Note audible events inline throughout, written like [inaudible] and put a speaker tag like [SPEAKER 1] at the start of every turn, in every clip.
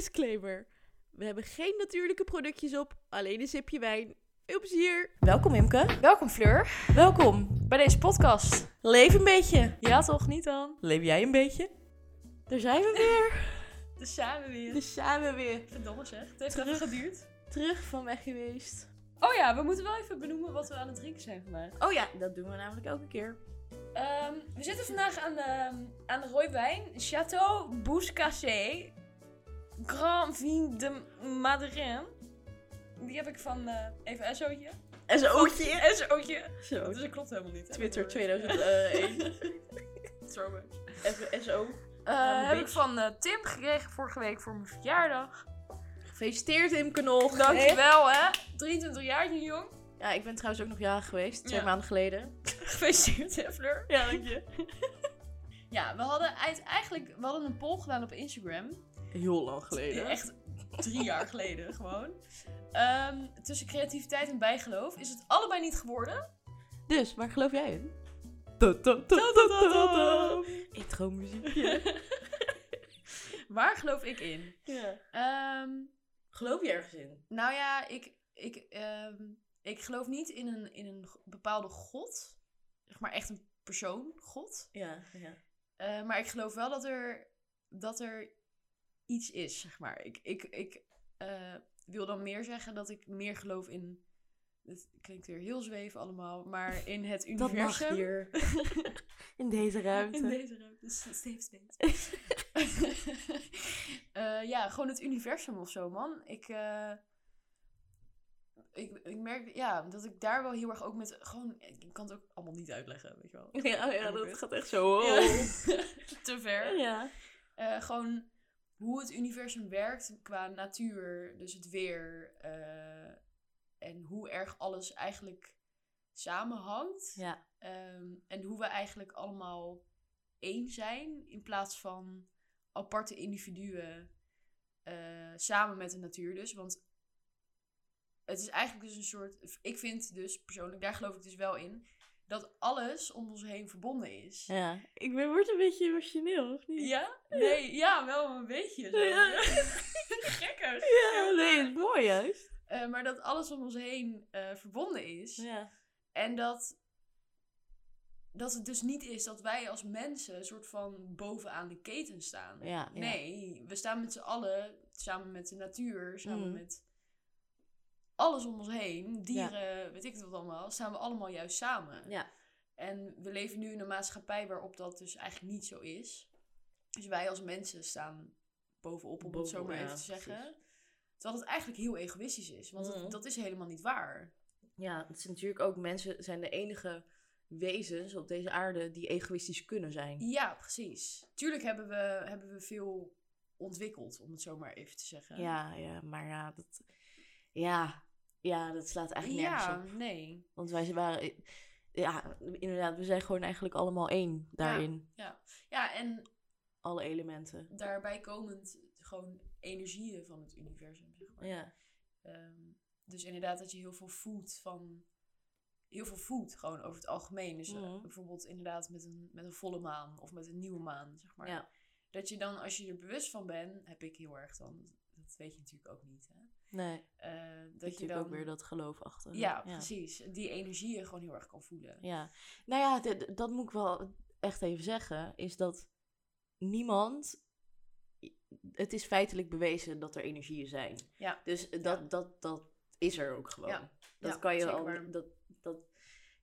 [SPEAKER 1] Disclaimer. We hebben geen natuurlijke productjes op, alleen een sipje wijn. Veel plezier. Welkom Imke.
[SPEAKER 2] Welkom Fleur
[SPEAKER 1] Welkom.
[SPEAKER 2] bij deze podcast.
[SPEAKER 1] Leef een beetje.
[SPEAKER 2] Ja toch, niet dan?
[SPEAKER 1] Leef jij een beetje? Daar zijn we [laughs] weer.
[SPEAKER 2] Dus samen weer.
[SPEAKER 1] Dus zijn we weer.
[SPEAKER 2] Verdomme zeg, het heeft
[SPEAKER 1] Terug.
[SPEAKER 2] even geduurd.
[SPEAKER 1] Terug van weg geweest.
[SPEAKER 2] Oh ja, we moeten wel even benoemen wat we aan het drinken zijn vandaag.
[SPEAKER 1] Oh ja, dat doen we namelijk elke keer.
[SPEAKER 2] Ehm, we zitten vandaag aan de, aan de rooiwijn Chateau Bouscassé Grand Vin de Madrin. Die heb ik van eh even een SO'tje.
[SPEAKER 1] En zo'n oogje.
[SPEAKER 2] Een SO'tje.
[SPEAKER 1] Zo.
[SPEAKER 2] Dus dat eh, klopt helemaal niet. hè?
[SPEAKER 1] Twitter
[SPEAKER 2] Sorry.
[SPEAKER 1] [laughs] 2001.
[SPEAKER 2] Sorry.
[SPEAKER 1] Even SO.
[SPEAKER 2] Eh, heb
[SPEAKER 1] bitch.
[SPEAKER 2] ik Eh, van eh, Tim gekregen vorige week voor mijn verjaardag.
[SPEAKER 1] Gefeliciteerd Imke nog.
[SPEAKER 2] Dankjewel hè. 23 jaar, die jong.
[SPEAKER 1] Ja, ik ben trouwens ook nog jarig geweest. Twee
[SPEAKER 2] Ja.
[SPEAKER 1] maanden geleden.
[SPEAKER 2] Gefeliciteerd hè, Fleur.
[SPEAKER 1] Ja, dank je.
[SPEAKER 2] Ja, we hadden uit- eigenlijk we hadden een poll gedaan op Instagram.
[SPEAKER 1] Heel lang geleden.
[SPEAKER 2] Echt drie jaar geleden [laughs] gewoon. Ehm, tussen creativiteit en bijgeloof is het allebei niet geworden.
[SPEAKER 1] Dus, waar geloof jij in? Intro muziekje.
[SPEAKER 2] Waar geloof ik in?
[SPEAKER 1] Ja.
[SPEAKER 2] Ehm,
[SPEAKER 1] Geloof je ergens in?
[SPEAKER 2] nou ja, ik, ik, ehm, ik geloof niet in een, in een g- bepaalde god. Zeg maar echt een persoon, god.
[SPEAKER 1] Ja, ja.
[SPEAKER 2] Eh, maar ik geloof wel dat er, dat er iets is, zeg maar. Ik, ik, ik eh, wil dan meer zeggen dat ik meer geloof in... Het klinkt weer heel zweven allemaal, maar in het
[SPEAKER 1] [laughs] Dat
[SPEAKER 2] universum.
[SPEAKER 1] mag hier. [laughs] in deze ruimte.
[SPEAKER 2] In deze ruimte. Safe space.
[SPEAKER 1] [laughs]
[SPEAKER 2] Eh, ja, gewoon het universum of zo, man. Ik, eh, ik, ik merk ja, dat ik daar wel heel erg ook met... Gewoon, ik kan het ook allemaal niet uitleggen, weet je wel.
[SPEAKER 1] Ja, oh ja, dat gaat echt zo.
[SPEAKER 2] Ja.
[SPEAKER 1] Oh.
[SPEAKER 2] Te ver.
[SPEAKER 1] Ja.
[SPEAKER 2] Eh, gewoon hoe het universum werkt qua natuur, dus het weer. eh, en hoe erg alles eigenlijk samenhangt.
[SPEAKER 1] Ja.
[SPEAKER 2] Ehm, en hoe we eigenlijk allemaal één zijn in plaats van aparte individuen eh, samen met de natuur dus. Want het is eigenlijk dus een soort... Ik vind dus persoonlijk, daar geloof ik dus wel in, dat alles om ons heen verbonden is.
[SPEAKER 1] ja. Ik ben, word een beetje emotioneel, of [laughs] niet?
[SPEAKER 2] Ja? Nee, ja, wel een beetje. Zo. [laughs]
[SPEAKER 1] Ja.
[SPEAKER 2] Gekker.
[SPEAKER 1] Ja, nee, dat is mooi juist.
[SPEAKER 2] Eh, maar dat alles om ons heen eh, verbonden is.
[SPEAKER 1] Ja.
[SPEAKER 2] En dat, dat het dus niet is dat wij als mensen een soort van bovenaan de keten staan.
[SPEAKER 1] Ja, ja.
[SPEAKER 2] Nee, we staan met z'n allen, samen met de natuur, samen
[SPEAKER 1] Mm.
[SPEAKER 2] met alles om ons heen, dieren, weet ik het wat allemaal, staan we allemaal juist samen.
[SPEAKER 1] Ja.
[SPEAKER 2] En we leven nu in een maatschappij waarop dat dus eigenlijk niet zo is. Dus wij als mensen staan bovenop, om het zo
[SPEAKER 1] Bovenop,
[SPEAKER 2] maar
[SPEAKER 1] ja,
[SPEAKER 2] even te zeggen.
[SPEAKER 1] precies.
[SPEAKER 2] Terwijl het eigenlijk heel egoïstisch is, want
[SPEAKER 1] Mhm.
[SPEAKER 2] het, dat is helemaal niet waar.
[SPEAKER 1] Ja, het is natuurlijk ook mensen zijn de enige wezens op deze aarde die egoïstisch kunnen zijn.
[SPEAKER 2] Ja, precies. Tuurlijk hebben we, hebben we veel ontwikkeld, om het zo maar even te zeggen.
[SPEAKER 1] Ja, ja, maar ja, dat, ja, ja, dat slaat eigenlijk nergens
[SPEAKER 2] ja
[SPEAKER 1] op.
[SPEAKER 2] nee.
[SPEAKER 1] Want wij waren, ja, inderdaad, we zijn gewoon eigenlijk allemaal één daarin.
[SPEAKER 2] Ja, en
[SPEAKER 1] Alle elementen.
[SPEAKER 2] daarbij komend gewoon energieën van het universum, zeg maar.
[SPEAKER 1] Ja,
[SPEAKER 2] Ehm, dus inderdaad dat je heel veel voelt van... Heel veel voelt gewoon over het algemeen. Dus eh,
[SPEAKER 1] Mhm.
[SPEAKER 2] bijvoorbeeld inderdaad met een, met een volle maan of met een nieuwe maan, zeg maar.
[SPEAKER 1] Ja.
[SPEAKER 2] Dat je dan, als je er bewust van bent, heb ik heel erg dan... Dat weet je natuurlijk ook niet, hè.
[SPEAKER 1] nee,
[SPEAKER 2] Eh, dat je
[SPEAKER 1] natuurlijk
[SPEAKER 2] dan...
[SPEAKER 1] ook weer dat geloof achter.
[SPEAKER 2] Ja, precies. Die energieën gewoon heel erg kan voelen.
[SPEAKER 1] Ja, nou ja, d- d- dat moet ik wel echt even zeggen, is dat niemand, het is feitelijk bewezen dat er energieën zijn.
[SPEAKER 2] Ja.
[SPEAKER 1] Dus dat,
[SPEAKER 2] Ja.
[SPEAKER 1] dat, dat is er ook gewoon.
[SPEAKER 2] Ja.
[SPEAKER 1] Dat
[SPEAKER 2] Ja,
[SPEAKER 1] kan je
[SPEAKER 2] zeker
[SPEAKER 1] al,
[SPEAKER 2] waar.
[SPEAKER 1] dat, dat,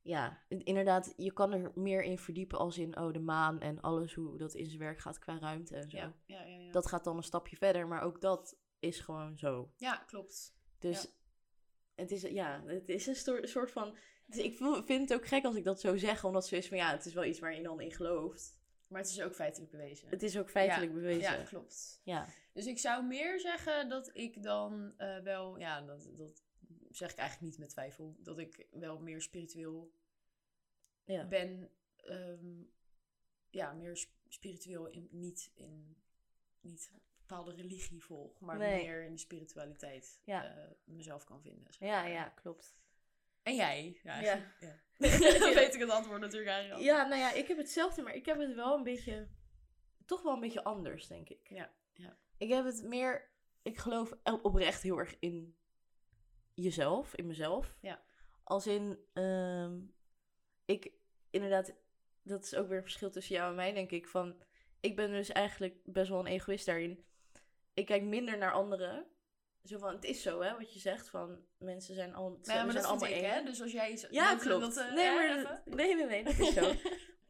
[SPEAKER 1] ja, in- inderdaad, je kan er meer in verdiepen als in, oh, de maan en alles hoe dat in zijn werk gaat qua ruimte en zo.
[SPEAKER 2] Ja, ja, ja, ja.
[SPEAKER 1] Dat gaat dan een stapje verder, maar ook dat is gewoon zo.
[SPEAKER 2] ja klopt.
[SPEAKER 1] Dus
[SPEAKER 2] Ja.
[SPEAKER 1] het is, ja, het is een soort, soort van. dus ik voel- vind het ook gek als ik dat zo zeg, omdat ze is van ja, het is wel iets waar je dan in gelooft.
[SPEAKER 2] Maar het is ook feitelijk bewezen.
[SPEAKER 1] Het is ook feitelijk bewezen.
[SPEAKER 2] Ja,
[SPEAKER 1] Ja,
[SPEAKER 2] klopt.
[SPEAKER 1] ja.
[SPEAKER 2] Dus ik zou meer zeggen dat ik dan eh, wel, ja, dat, dat zeg ik eigenlijk niet met twijfel, dat ik wel meer spiritueel
[SPEAKER 1] Ja.
[SPEAKER 2] ben. ehm, ja, meer sp- spiritueel, in, niet in niet een bepaalde religie volg, maar
[SPEAKER 1] Nee.
[SPEAKER 2] meer in de spiritualiteit
[SPEAKER 1] Ja.
[SPEAKER 2] eh, mezelf kan vinden. zeg
[SPEAKER 1] ja,
[SPEAKER 2] maar.
[SPEAKER 1] [laughs] klopt.
[SPEAKER 2] En jij? Ja.
[SPEAKER 1] Ja.
[SPEAKER 2] [laughs]
[SPEAKER 1] [laughs]
[SPEAKER 2] ja. Dan weet ik het antwoord natuurlijk eigenlijk al.
[SPEAKER 1] Ja, nou ja, ik heb hetzelfde, maar ik heb het wel een beetje, toch wel een beetje anders, denk ik.
[SPEAKER 2] Ja, ja.
[SPEAKER 1] Ik heb het meer ik geloof e-, oprecht heel erg in jezelf, in mezelf.
[SPEAKER 2] Ja.
[SPEAKER 1] Als in, ehm, ik inderdaad, dat is ook weer een verschil tussen jou en mij, denk ik. Van, ik ben dus eigenlijk best wel een egoïst daarin. Ik kijk minder naar anderen. Zo van, het is zo, hè, wat je zegt. Van, mensen zijn, al,
[SPEAKER 2] Maar ja,
[SPEAKER 1] we
[SPEAKER 2] maar
[SPEAKER 1] zijn
[SPEAKER 2] dat
[SPEAKER 1] allemaal
[SPEAKER 2] vind ik,
[SPEAKER 1] één.
[SPEAKER 2] hè? Dus als jij iets...
[SPEAKER 1] Ja,
[SPEAKER 2] dat-
[SPEAKER 1] klopt.
[SPEAKER 2] dat, eh,
[SPEAKER 1] nee,
[SPEAKER 2] hè,
[SPEAKER 1] maar,
[SPEAKER 2] even.
[SPEAKER 1] dat- nee, nee, nee, dat [laughs] is
[SPEAKER 2] [laughs]
[SPEAKER 1] zo.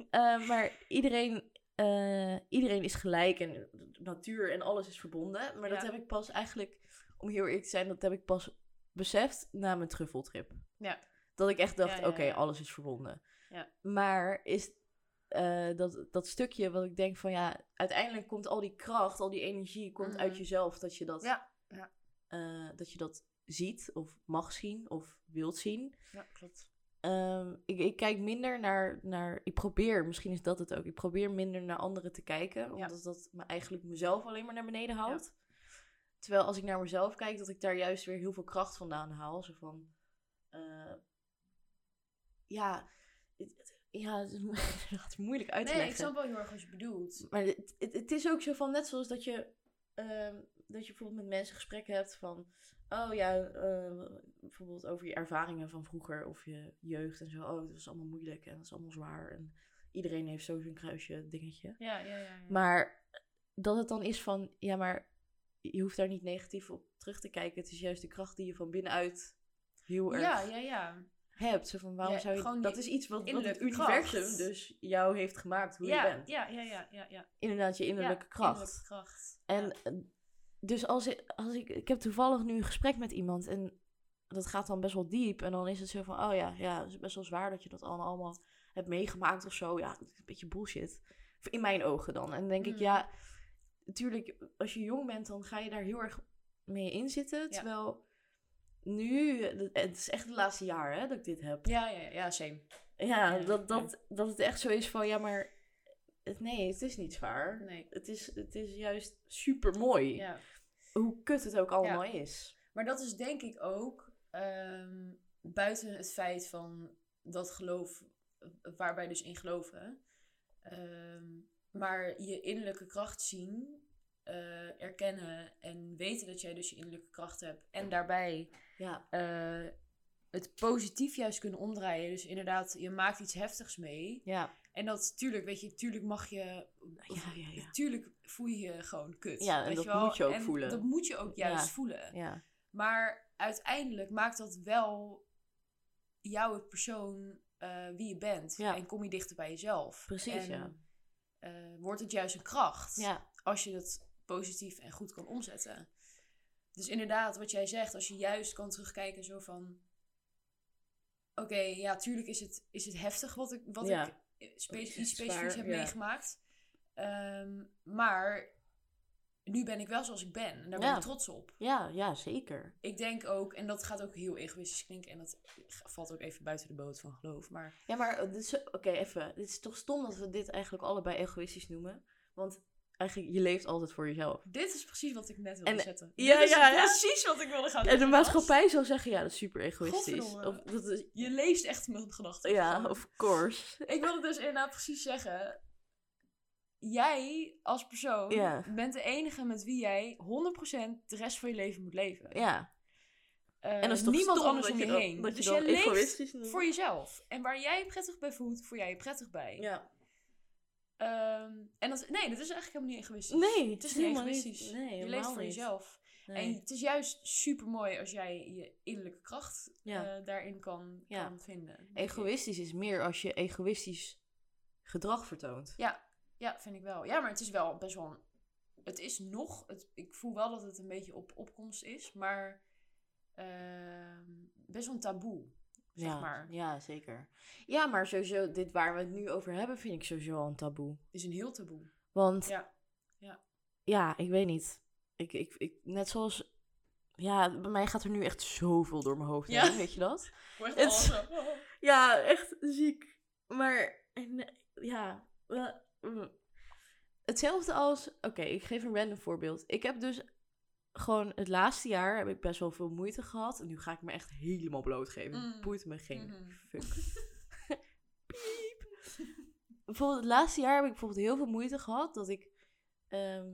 [SPEAKER 1] Eh, maar iedereen, eh, iedereen is gelijk en de natuur en alles is verbonden. Maar dat
[SPEAKER 2] Ja.
[SPEAKER 1] heb ik pas eigenlijk, om heel eerlijk te zijn, dat heb ik pas beseft na mijn truffeltrip.
[SPEAKER 2] Ja.
[SPEAKER 1] Dat ik echt dacht,
[SPEAKER 2] Ja, ja,
[SPEAKER 1] oké,
[SPEAKER 2] ja.
[SPEAKER 1] alles is verbonden.
[SPEAKER 2] Ja.
[SPEAKER 1] Maar is eh, dat, dat stukje wat ik denk van ja, uiteindelijk komt al die kracht, al die energie komt uit
[SPEAKER 2] Mhm.
[SPEAKER 1] jezelf. Dat je dat,
[SPEAKER 2] Ja, ja.
[SPEAKER 1] eh, dat je dat ziet of mag zien of wilt zien.
[SPEAKER 2] Ja, klopt.
[SPEAKER 1] Ehm, ik, ik kijk minder naar, naar. Ik probeer, misschien is dat het ook. Ik probeer minder naar anderen te kijken. Omdat dat me eigenlijk mezelf alleen maar naar beneden houdt. Terwijl als ik naar mezelf kijk, dat ik daar juist weer heel veel kracht vandaan haal. Zo van. eh, ja. het- het- ja, [laughs] het is mo- dat is moeilijk uit te
[SPEAKER 2] Nee, ik
[SPEAKER 1] leggen.
[SPEAKER 2] snap wel heel erg wat je bedoelt.
[SPEAKER 1] Maar het, het, het is ook zo van, net zoals dat je, ehm, dat je bijvoorbeeld met mensen gesprekken hebt van, oh ja, eh, bijvoorbeeld over je ervaringen van vroeger of je jeugd en zo. Oh, dat was allemaal moeilijk en dat is allemaal zwaar en iedereen heeft zo zijn kruisje dingetje.
[SPEAKER 2] Ja, ja, ja. ja.
[SPEAKER 1] Maar dat het dan is van, ja, maar je hoeft daar niet negatief op terug te kijken. Het is juist de kracht die je van binnenuit heel erg
[SPEAKER 2] ja, ja, ja.
[SPEAKER 1] hebt. Zo van, waarom
[SPEAKER 2] Ja,
[SPEAKER 1] zou je...
[SPEAKER 2] gewoon
[SPEAKER 1] Dat
[SPEAKER 2] die
[SPEAKER 1] is iets wat, wat het
[SPEAKER 2] innerlijke
[SPEAKER 1] universum
[SPEAKER 2] kracht.
[SPEAKER 1] dus jou heeft gemaakt, hoe
[SPEAKER 2] ja,
[SPEAKER 1] je bent.
[SPEAKER 2] ja, ja, ja, ja, ja.
[SPEAKER 1] Inderdaad, je innerlijke kracht.
[SPEAKER 2] Innerlijke kracht.
[SPEAKER 1] En
[SPEAKER 2] Ja.
[SPEAKER 1] eh, dus als ik, als ik, ik heb toevallig nu een gesprek met iemand en dat gaat dan best wel diep. En dan is het zo van, oh ja, ja, het is best wel zwaar dat je dat allemaal, allemaal hebt meegemaakt of zo. Ja, dat is een beetje bullshit. Of In mijn ogen dan. En dan denk ik,
[SPEAKER 2] Mm.
[SPEAKER 1] ja, natuurlijk, als je jong bent, dan ga je daar heel erg mee in zitten. Terwijl nu, het is echt het laatste jaar hè, dat ik dit heb.
[SPEAKER 2] ja, ja, ja, ja, same.
[SPEAKER 1] Ja,
[SPEAKER 2] Ja,
[SPEAKER 1] dat, dat, dat het echt zo is van, ja, maar het, nee, het is niet zwaar.
[SPEAKER 2] Nee.
[SPEAKER 1] Het is, het is juist super mooi
[SPEAKER 2] Ja.
[SPEAKER 1] hoe kut het ook allemaal is.
[SPEAKER 2] Maar dat is denk ik ook ehm, buiten het feit van dat geloof, waar wij dus in geloven. ehm, maar je innerlijke kracht zien, eh, erkennen en weten dat jij dus je innerlijke kracht hebt. En daarbij
[SPEAKER 1] Ja,
[SPEAKER 2] eh, het positief juist kunnen omdraaien. Dus inderdaad, je maakt iets heftigs mee.
[SPEAKER 1] ja,
[SPEAKER 2] En dat, tuurlijk, weet je, tuurlijk mag je...
[SPEAKER 1] Nou, ja, ja, ja.
[SPEAKER 2] Tuurlijk voel je je gewoon kut.
[SPEAKER 1] Ja, en
[SPEAKER 2] weet
[SPEAKER 1] dat
[SPEAKER 2] je wel?
[SPEAKER 1] moet je ook
[SPEAKER 2] En
[SPEAKER 1] voelen.
[SPEAKER 2] dat moet je ook juist
[SPEAKER 1] Ja.
[SPEAKER 2] voelen.
[SPEAKER 1] ja.
[SPEAKER 2] Maar uiteindelijk maakt dat wel jou het persoon eh, wie je bent.
[SPEAKER 1] Ja.
[SPEAKER 2] En kom je dichter bij jezelf.
[SPEAKER 1] Precies,
[SPEAKER 2] en,
[SPEAKER 1] ja.
[SPEAKER 2] eh, wordt het juist een kracht
[SPEAKER 1] ja.
[SPEAKER 2] als je dat positief en goed kan omzetten. Dus inderdaad, wat jij zegt, als je juist kan terugkijken zo van... Oké, ja, tuurlijk is het, is het heftig wat ik, wat
[SPEAKER 1] Ja.
[SPEAKER 2] ik eh, spe-
[SPEAKER 1] Het is
[SPEAKER 2] iets specifieks
[SPEAKER 1] zwaar,
[SPEAKER 2] heb
[SPEAKER 1] ja.
[SPEAKER 2] meegemaakt. Ehm, maar nu ben ik wel zoals ik ben. En daar ben
[SPEAKER 1] Ja.
[SPEAKER 2] ik trots op
[SPEAKER 1] ja, ja, zeker.
[SPEAKER 2] ik denk ook, en dat gaat ook heel egoïstisch klinken, en dat valt ook even buiten de boot van geloof, maar
[SPEAKER 1] Ja, maar dit is- oké, even. Het is toch stom dat we dit eigenlijk allebei egoïstisch noemen? Want eigenlijk, je leeft altijd voor jezelf.
[SPEAKER 2] dit is precies wat ik net wilde
[SPEAKER 1] En-
[SPEAKER 2] zetten.
[SPEAKER 1] ja,
[SPEAKER 2] dit is
[SPEAKER 1] ja, ja.
[SPEAKER 2] precies wat ik wilde gaan
[SPEAKER 1] En de
[SPEAKER 2] zeggen,
[SPEAKER 1] maatschappij zou zeggen, ja, dat is super egoïstisch.
[SPEAKER 2] Godverdomme.
[SPEAKER 1] Of, dat is,
[SPEAKER 2] gast. Je leest echt mijn gedachten.
[SPEAKER 1] ja,
[SPEAKER 2] Gewoon.
[SPEAKER 1] of course.
[SPEAKER 2] Ik wilde dus inderdaad precies zeggen, jij als persoon
[SPEAKER 1] Ja.
[SPEAKER 2] bent de enige met wie jij 100% de rest van je leven moet leven.
[SPEAKER 1] Ja.
[SPEAKER 2] Eh,
[SPEAKER 1] En dat is toch
[SPEAKER 2] niemand
[SPEAKER 1] stom
[SPEAKER 2] anders
[SPEAKER 1] dat
[SPEAKER 2] om
[SPEAKER 1] je
[SPEAKER 2] je
[SPEAKER 1] dat-
[SPEAKER 2] heen.
[SPEAKER 1] dat je
[SPEAKER 2] dus
[SPEAKER 1] dan
[SPEAKER 2] jij leeft
[SPEAKER 1] egoïstisch noemt.
[SPEAKER 2] voor jezelf. En waar jij je prettig bij voelt, voel jij je prettig bij.
[SPEAKER 1] Ja.
[SPEAKER 2] Ehm, en dat, nee, dat is eigenlijk helemaal niet egoïstisch.
[SPEAKER 1] Nee,
[SPEAKER 2] het is niet
[SPEAKER 1] helemaal niet.
[SPEAKER 2] egoïstisch.
[SPEAKER 1] Nee,
[SPEAKER 2] je leeft
[SPEAKER 1] helemaal
[SPEAKER 2] voor
[SPEAKER 1] niet.
[SPEAKER 2] jezelf. En
[SPEAKER 1] Nee.
[SPEAKER 2] het is juist super mooi als jij je innerlijke kracht
[SPEAKER 1] Ja.
[SPEAKER 2] eh, daarin kan,
[SPEAKER 1] Ja.
[SPEAKER 2] kan vinden. denk ik.
[SPEAKER 1] Egoïstisch is meer als je egoïstisch gedrag vertoont.
[SPEAKER 2] Ja, vind ik wel. Ja, maar het is wel best wel. een- Het is nog. Het, ik voel wel dat het een beetje op opkomst is, maar ehm, best wel een taboe. Zeg
[SPEAKER 1] ja,
[SPEAKER 2] maar.
[SPEAKER 1] ja, zeker. Ja, maar sowieso, dit waar we het nu over hebben, vind ik sowieso al een taboe.
[SPEAKER 2] Het is een heel taboe.
[SPEAKER 1] Want
[SPEAKER 2] Ja.
[SPEAKER 1] ja, ik weet niet. Ik, ik, ik, net zoals. Ja, bij mij gaat er nu echt zoveel door mijn hoofd
[SPEAKER 2] Ja.
[SPEAKER 1] heen, weet je dat?
[SPEAKER 2] Wordt
[SPEAKER 1] Het- [laughs] Ja, echt ziek. Maar nee, ja. eh, mm. Hetzelfde als. Oké, ik geef een random voorbeeld. Ik heb dus gewoon het laatste jaar heb ik best wel veel moeite gehad. En nu ga ik me echt helemaal blootgeven.
[SPEAKER 2] Mm.
[SPEAKER 1] Boeit me geen fuck. [laughs] Piep. Bijvoorbeeld het laatste jaar heb ik bijvoorbeeld heel veel moeite gehad dat ik, ehm,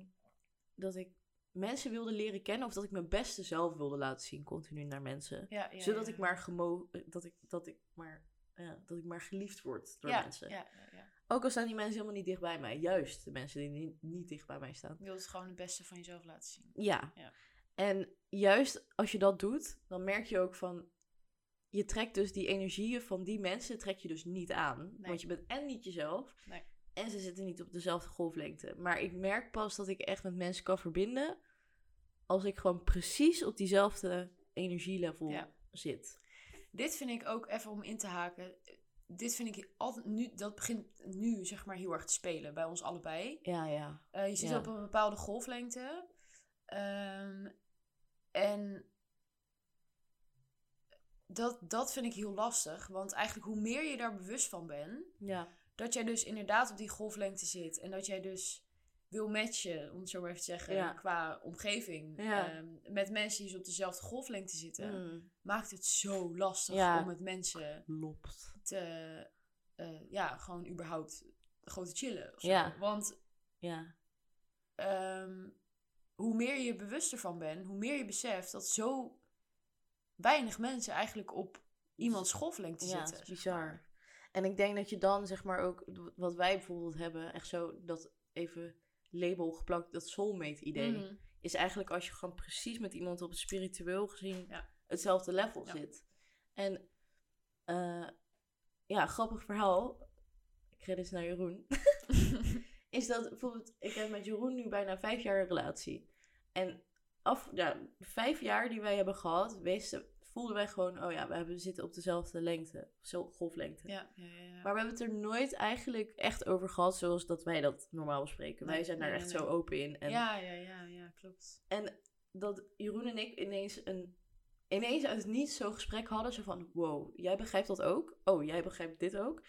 [SPEAKER 1] dat ik mensen wilde leren kennen of dat ik mijn beste zelf wilde laten zien continu naar mensen.
[SPEAKER 2] Ja, ja,
[SPEAKER 1] zodat
[SPEAKER 2] ja.
[SPEAKER 1] ik maar gemo eh, dat ik, dat ik maar ja, dat ik maar geliefd word door
[SPEAKER 2] ja,
[SPEAKER 1] mensen.
[SPEAKER 2] Ja, ja, ja.
[SPEAKER 1] Ook al staan die mensen helemaal niet dicht bij mij. Juist de mensen die niet, niet dicht bij mij staan.
[SPEAKER 2] Je wilt het gewoon het beste van jezelf laten zien.
[SPEAKER 1] Ja.
[SPEAKER 2] Ja.
[SPEAKER 1] En juist als je dat doet, dan merk je ook van. Je trekt dus die energieën van die mensen trek je dus niet aan. Want je bent en niet jezelf.
[SPEAKER 2] Nee.
[SPEAKER 1] En ze zitten niet op dezelfde golflengte. Maar ik merk pas dat ik echt met mensen kan verbinden. Als ik gewoon precies op diezelfde energielevel
[SPEAKER 2] Ja.
[SPEAKER 1] zit.
[SPEAKER 2] Dit vind ik ook even om in te haken. Dit vind ik altijd nu, dat begint nu zeg maar heel erg te spelen bij ons allebei.
[SPEAKER 1] Ja, ja.
[SPEAKER 2] Eh, je zit
[SPEAKER 1] Ja.
[SPEAKER 2] op een bepaalde golflengte. Ehm, en dat, dat vind ik heel lastig. Want eigenlijk hoe meer je daar bewust van bent,
[SPEAKER 1] Ja.
[SPEAKER 2] dat jij dus inderdaad op die golflengte zit. En dat jij dus wil matchen, om het zo maar even te zeggen,
[SPEAKER 1] Ja.
[SPEAKER 2] qua omgeving.
[SPEAKER 1] Ja.
[SPEAKER 2] ehm, met mensen die dus op dezelfde golflengte zitten.
[SPEAKER 1] Mm.
[SPEAKER 2] Maakt het zo lastig
[SPEAKER 1] Ja.
[SPEAKER 2] om met mensen
[SPEAKER 1] Lopt.
[SPEAKER 2] te... eh, ja, gewoon überhaupt gewoon te chillen. of zo.
[SPEAKER 1] Ja.
[SPEAKER 2] Want
[SPEAKER 1] Ja.
[SPEAKER 2] ehm, hoe meer je bewust ervan bent, hoe meer je beseft dat zo weinig mensen eigenlijk op iemands golflengte
[SPEAKER 1] ja,
[SPEAKER 2] zitten.
[SPEAKER 1] het is
[SPEAKER 2] zeg
[SPEAKER 1] bizar.
[SPEAKER 2] maar.
[SPEAKER 1] En ik denk dat je dan, zeg maar, ook w- wat wij bijvoorbeeld hebben, echt zo dat even label geplakt, dat soulmate idee,
[SPEAKER 2] Mhm.
[SPEAKER 1] is eigenlijk als je gewoon precies met iemand op het spiritueel gezien
[SPEAKER 2] Ja.
[SPEAKER 1] hetzelfde level
[SPEAKER 2] Ja.
[SPEAKER 1] zit. En eh, ja, grappig verhaal, credits naar
[SPEAKER 2] [laughs]
[SPEAKER 1] Jeroen, is dat bijvoorbeeld, ik heb met Jeroen nu bijna vijf jaar een relatie. En af, ja, de vijf jaar die wij hebben gehad, wisten, voelden wij gewoon, oh ja, we hebben- we zitten op dezelfde lengte, zo- golflengte.
[SPEAKER 2] ja, ja, ja, ja.
[SPEAKER 1] Maar we hebben het er nooit eigenlijk echt over gehad zoals dat wij dat normaal bespreken.
[SPEAKER 2] Nee,
[SPEAKER 1] wij zijn daar
[SPEAKER 2] nee,
[SPEAKER 1] echt
[SPEAKER 2] nee,
[SPEAKER 1] zo
[SPEAKER 2] nee.
[SPEAKER 1] open in. En
[SPEAKER 2] ja, ja, ja, ja, klopt.
[SPEAKER 1] dat Jeroen en ik ineens, een, ineens uit het niets zo'n gesprek hadden. Zo van, wow, jij begrijpt dat ook? Oh, jij begrijpt dit ook?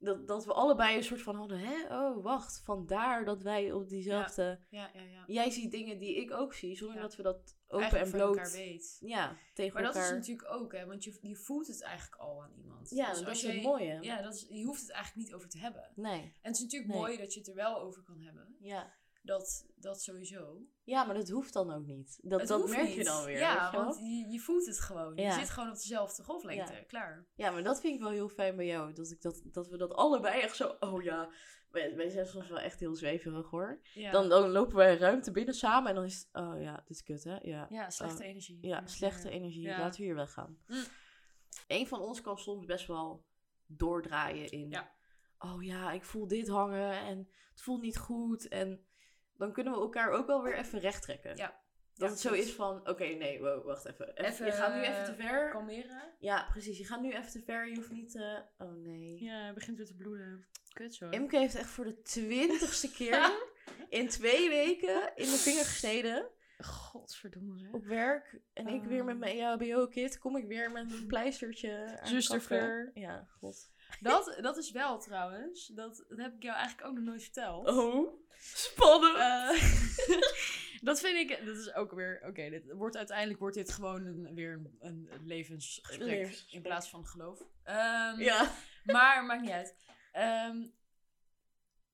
[SPEAKER 1] Dat, dat we allebei een soort van hadden, hè? Oh, wacht, vandaar dat wij op diezelfde...
[SPEAKER 2] Ja, ja, ja.
[SPEAKER 1] Jij ziet dingen die ik ook zie, zonder
[SPEAKER 2] Ja.
[SPEAKER 1] dat we dat open
[SPEAKER 2] Eigenlijk
[SPEAKER 1] en
[SPEAKER 2] van
[SPEAKER 1] bloot...
[SPEAKER 2] elkaar weet.
[SPEAKER 1] Ja, tegen
[SPEAKER 2] Maar dat
[SPEAKER 1] elkaar...
[SPEAKER 2] is natuurlijk ook, hè, want je, je voelt het eigenlijk al aan iemand.
[SPEAKER 1] ja,
[SPEAKER 2] Dus
[SPEAKER 1] dat
[SPEAKER 2] als
[SPEAKER 1] is
[SPEAKER 2] jij-
[SPEAKER 1] het mooie.
[SPEAKER 2] Ja, dat is, je hoeft het eigenlijk niet over te hebben. En
[SPEAKER 1] Nee,
[SPEAKER 2] het is natuurlijk
[SPEAKER 1] Nee.
[SPEAKER 2] mooi dat je het er wel over kan hebben.
[SPEAKER 1] ja.
[SPEAKER 2] Dat, dat sowieso.
[SPEAKER 1] Ja, maar dat hoeft dan ook niet. Dat,
[SPEAKER 2] Het
[SPEAKER 1] dat
[SPEAKER 2] hoeft
[SPEAKER 1] merk je
[SPEAKER 2] niet.
[SPEAKER 1] dan weer.
[SPEAKER 2] Ja,
[SPEAKER 1] weet je wel?
[SPEAKER 2] want je, je voelt het gewoon.
[SPEAKER 1] Ja.
[SPEAKER 2] Je zit gewoon op dezelfde golflengte.
[SPEAKER 1] Ja.
[SPEAKER 2] Klaar.
[SPEAKER 1] Ja, maar dat vind ik wel heel fijn bij jou. Dat, ik dat, dat we dat allebei echt zo... Oh ja, wij, wij zijn soms wel echt heel zweverig hoor.
[SPEAKER 2] Ja,
[SPEAKER 1] Dan, dan lopen wij een ruimte binnen samen en dan is het... Oh ja, dit is kut hè? Ja,
[SPEAKER 2] ja slechte energie.
[SPEAKER 1] Ah, ja slechte energie.
[SPEAKER 2] Ja.
[SPEAKER 1] Laten we hier weggaan.
[SPEAKER 2] Mm.
[SPEAKER 1] Eén van ons kan soms best wel doordraaien in...
[SPEAKER 2] Ja.
[SPEAKER 1] Oh ja, ik voel dit hangen en het voelt niet goed. En dan kunnen we elkaar ook wel weer even recht trekken.
[SPEAKER 2] Ja.
[SPEAKER 1] Dat
[SPEAKER 2] Ja,
[SPEAKER 1] het zo
[SPEAKER 2] klopt.
[SPEAKER 1] is van... Oké, nee, wow, wacht even. Even-
[SPEAKER 2] Even,
[SPEAKER 1] Je gaat nu even te ver.
[SPEAKER 2] Kalmeren.
[SPEAKER 1] Ja, precies. Je gaat nu even te ver. Je hoeft niet te... Oh nee.
[SPEAKER 2] Ja, hij begint weer te bloeden. Kut zo.
[SPEAKER 1] Imke heeft echt voor de twintigste
[SPEAKER 2] [laughs]
[SPEAKER 1] keer in twee weken in de vinger gesneden.
[SPEAKER 2] Godverdomme zeg.
[SPEAKER 1] Op werk. En ik weer
[SPEAKER 2] Ah.
[SPEAKER 1] met mijn E EHBO-kit. Kom ik weer met mijn pleistertje. aan
[SPEAKER 2] Zusterfleur.
[SPEAKER 1] kaffen. Ja, god.
[SPEAKER 2] Dat, dat is wel trouwens. Dat, dat heb ik jou eigenlijk ook nog nooit verteld.
[SPEAKER 1] Oh, spannend.
[SPEAKER 2] Eh, [laughs] dat vind ik, dat is ook weer, oké, dit wordt uiteindelijk wordt dit gewoon een, weer een, een levensgesprek
[SPEAKER 1] Levensgesprek.
[SPEAKER 2] in plaats van geloof. Ehm,
[SPEAKER 1] ja.
[SPEAKER 2] Maar maakt niet uit. Ehm,